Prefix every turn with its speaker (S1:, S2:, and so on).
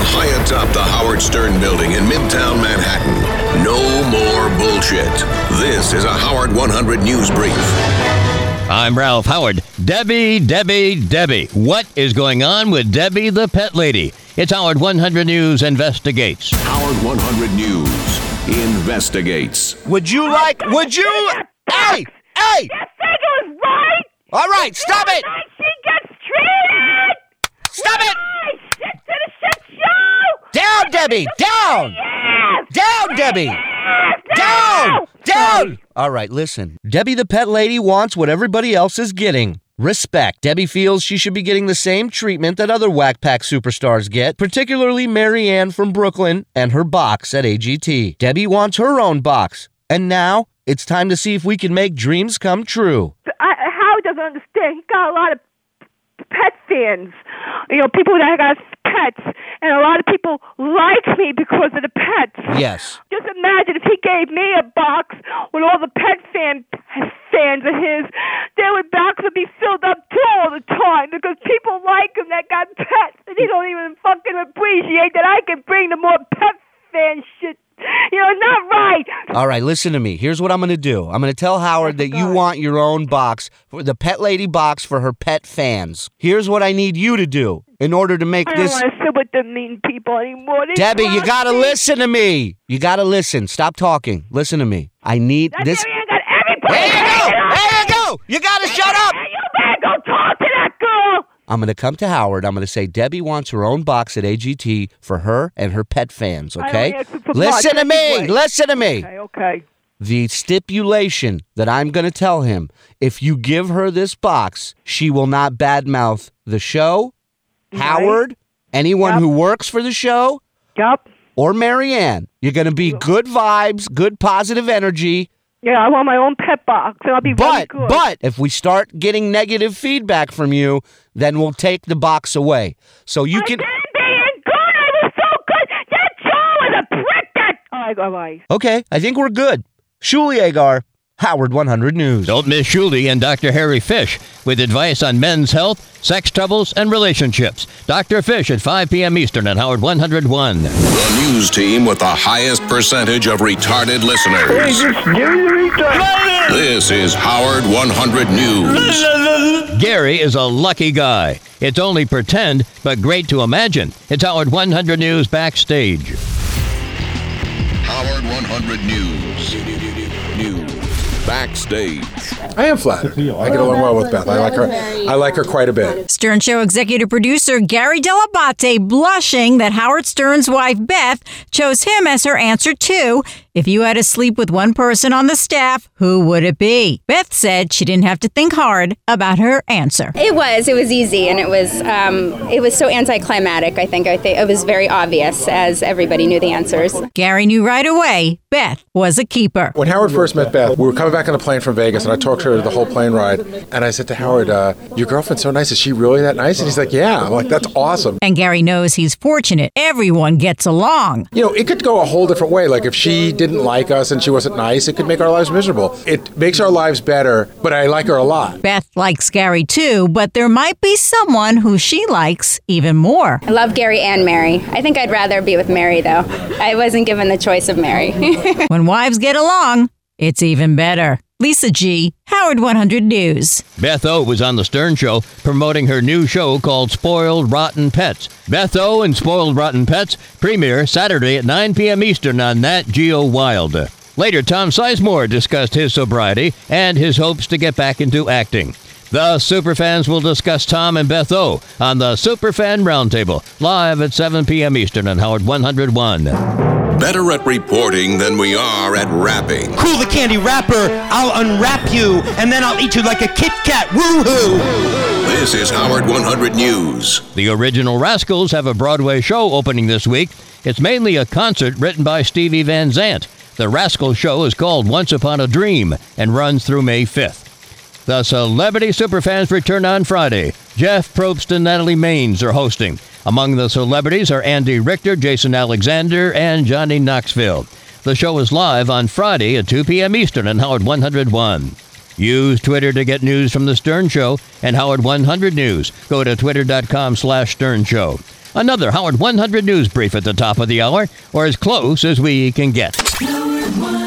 S1: atop the Howard Stern building in Midtown Manhattan. No more bullshit. This is a Howard 100 News Brief.
S2: I'm Ralph Howard. Debbie, Debbie, Debbie. What is going on with Debbie the Pet Lady? It's Howard 100 News Investigates.
S1: Howard 100 News investigates.
S3: Would you like? Would you? Hey, hey!
S4: That thing was right.
S3: All right, stop it!
S4: Like she gets treated.
S3: Stop it!
S4: Right, shit to the shit show.
S3: Down, Debbie! Down!
S4: Yes.
S3: Down, Debbie!
S4: Yes.
S3: Down!
S4: No.
S3: Down! All right, listen. Debbie the pet lady wants what everybody else is getting. Respect. Debbie feels she should be getting the same treatment that other Whack Pack superstars get, particularly Mary Ann from Brooklyn and her box at AGT. Debbie wants her own box. And now, it's time to see if we can make dreams come true.
S4: I, Howie doesn't understand. He got a lot of pet fans. You know, people that got pets, and a lot of people like me because of the pets.
S3: Yes.
S4: Just imagine if he gave me a box with all the pet fan fans of his. They would box would be filled up too all the time because people like him that got pets and they don't even fucking appreciate that I can bring them more pet fan shit. You know, not right.
S3: All right, listen to me. Here's what I'm going to do. I'm going to tell Howard that you want your own box, for the pet lady box for her pet fans. Here's what I need you to do in order to make
S4: I don't
S3: this.
S4: want to sit with the mean people anymore. They
S3: Debbie, you
S4: drive
S3: gotta
S4: me-
S3: listen to me. You gotta listen. Stop talking. Listen to me. I need
S4: That
S3: this.
S4: Marianne got everybody.
S3: There you
S4: hated
S3: go.
S4: on
S3: There you
S4: me.
S3: go. You gotta shut up.
S4: Hey, You better go talk to that girl.
S3: I'm gonna come to Howard. I'm gonna say Debbie wants her own box at AGT for her and her pet fans.
S4: don't
S3: Okay.
S4: answer for
S3: Listen to
S4: much
S3: me.
S4: anyway.
S3: Listen to me.
S4: Okay, okay.
S3: The stipulation that I'm gonna tell him: if you give her this box, she will not badmouth the show, Howard, anyone
S4: Yep.
S3: who works for the show,
S4: Yup.
S3: or Marianne. You're going to be good vibes, good positive energy.
S4: Yeah, I want my own pet box, and I'll be really
S3: But
S4: good.
S3: but if we start getting negative feedback from you, then we'll take the box away. So you
S4: I
S3: can
S4: didn't being good. I was so good. That Joe was a prick. That. Oh, All right, all right.
S3: Okay, I think we're good. Shuli Agar, Howard 100 News.
S2: Don't miss Shuley and Dr. Harry Fish with advice on men's health, sex troubles, and relationships. Dr. Fish at 5 p.m. Eastern on Howard 101.
S1: The news team with the highest percentage of retarded listeners. This is Howard 100 News.
S2: Gary is a lucky guy. It's only pretend, but great to imagine. It's Howard 100 News Backstage.
S1: Howard 100 News. News. Backstage.
S5: I am flattered. I get along well with Beth. I like her. I like her quite a bit.
S6: Stern Show executive producer Gary Delabate blushing that Howard Stern's wife Beth chose him as her answer to if you had to sleep with one person on the staff, who would it be? Beth said she didn't have to think hard about her answer.
S7: It was. It was easy, and it was um, it was so anticlimactic. I think. I think it was very obvious, as everybody knew the answers.
S6: Gary knew right away Beth was a keeper.
S5: When Howard first met Beth, we were coming back on a plane from Vegas, and I talked to her the whole plane ride. And I said to Howard, uh, "Your girlfriend's so nice. Is she really that nice?" And he's like, "Yeah." I'm like, "That's awesome."
S6: And Gary knows he's fortunate. Everyone gets along.
S5: You know, it could go a whole different way. Like if she didn't like us and she wasn't nice, it could make our lives miserable. It makes our lives better, but I like her a lot.
S6: Beth likes Gary too, but there might be someone who she likes even more.
S7: I love Gary and Mary. I think I'd rather be with Mary, though. I wasn't given the choice of Mary.
S6: When wives get along, it's even better. Lisa G., Howard 100 News.
S2: Beth O was on the Stern Show promoting her new show called Spoiled Rotten Pets. Beth O and Spoiled Rotten Pets premiere Saturday at 9 p.m. Eastern on Nat Geo Wild. Later, Tom Sizemore discussed his sobriety and his hopes to get back into acting. The Superfans will discuss Tom and Beth O on the Superfan Roundtable, live at 7 p.m. Eastern on Howard 101.
S1: Better at reporting than we are at rapping.
S8: Cool the candy wrapper, I'll unwrap you, and then I'll eat you like a Kit Kat. Woohoo!
S1: This is Howard 100 News.
S2: The Original Rascals have a Broadway show opening this week. It's mainly a concert written by Stevie Van Zant. The Rascal show is called Once Upon a Dream and runs through May 5th. The celebrity superfans return on Friday. Jeff Probst and Natalie Maines are hosting. Among the celebrities are Andy Richter, Jason Alexander, and Johnny Knoxville. The show is live on Friday at 2 p.m. Eastern on Howard 101. Use Twitter to get news from The Stern Show and Howard 100 News. Go to twitter.com slash Stern Show. Another Howard 100 News Brief at the top of the hour, or as close as we can get.
S9: Howard 100.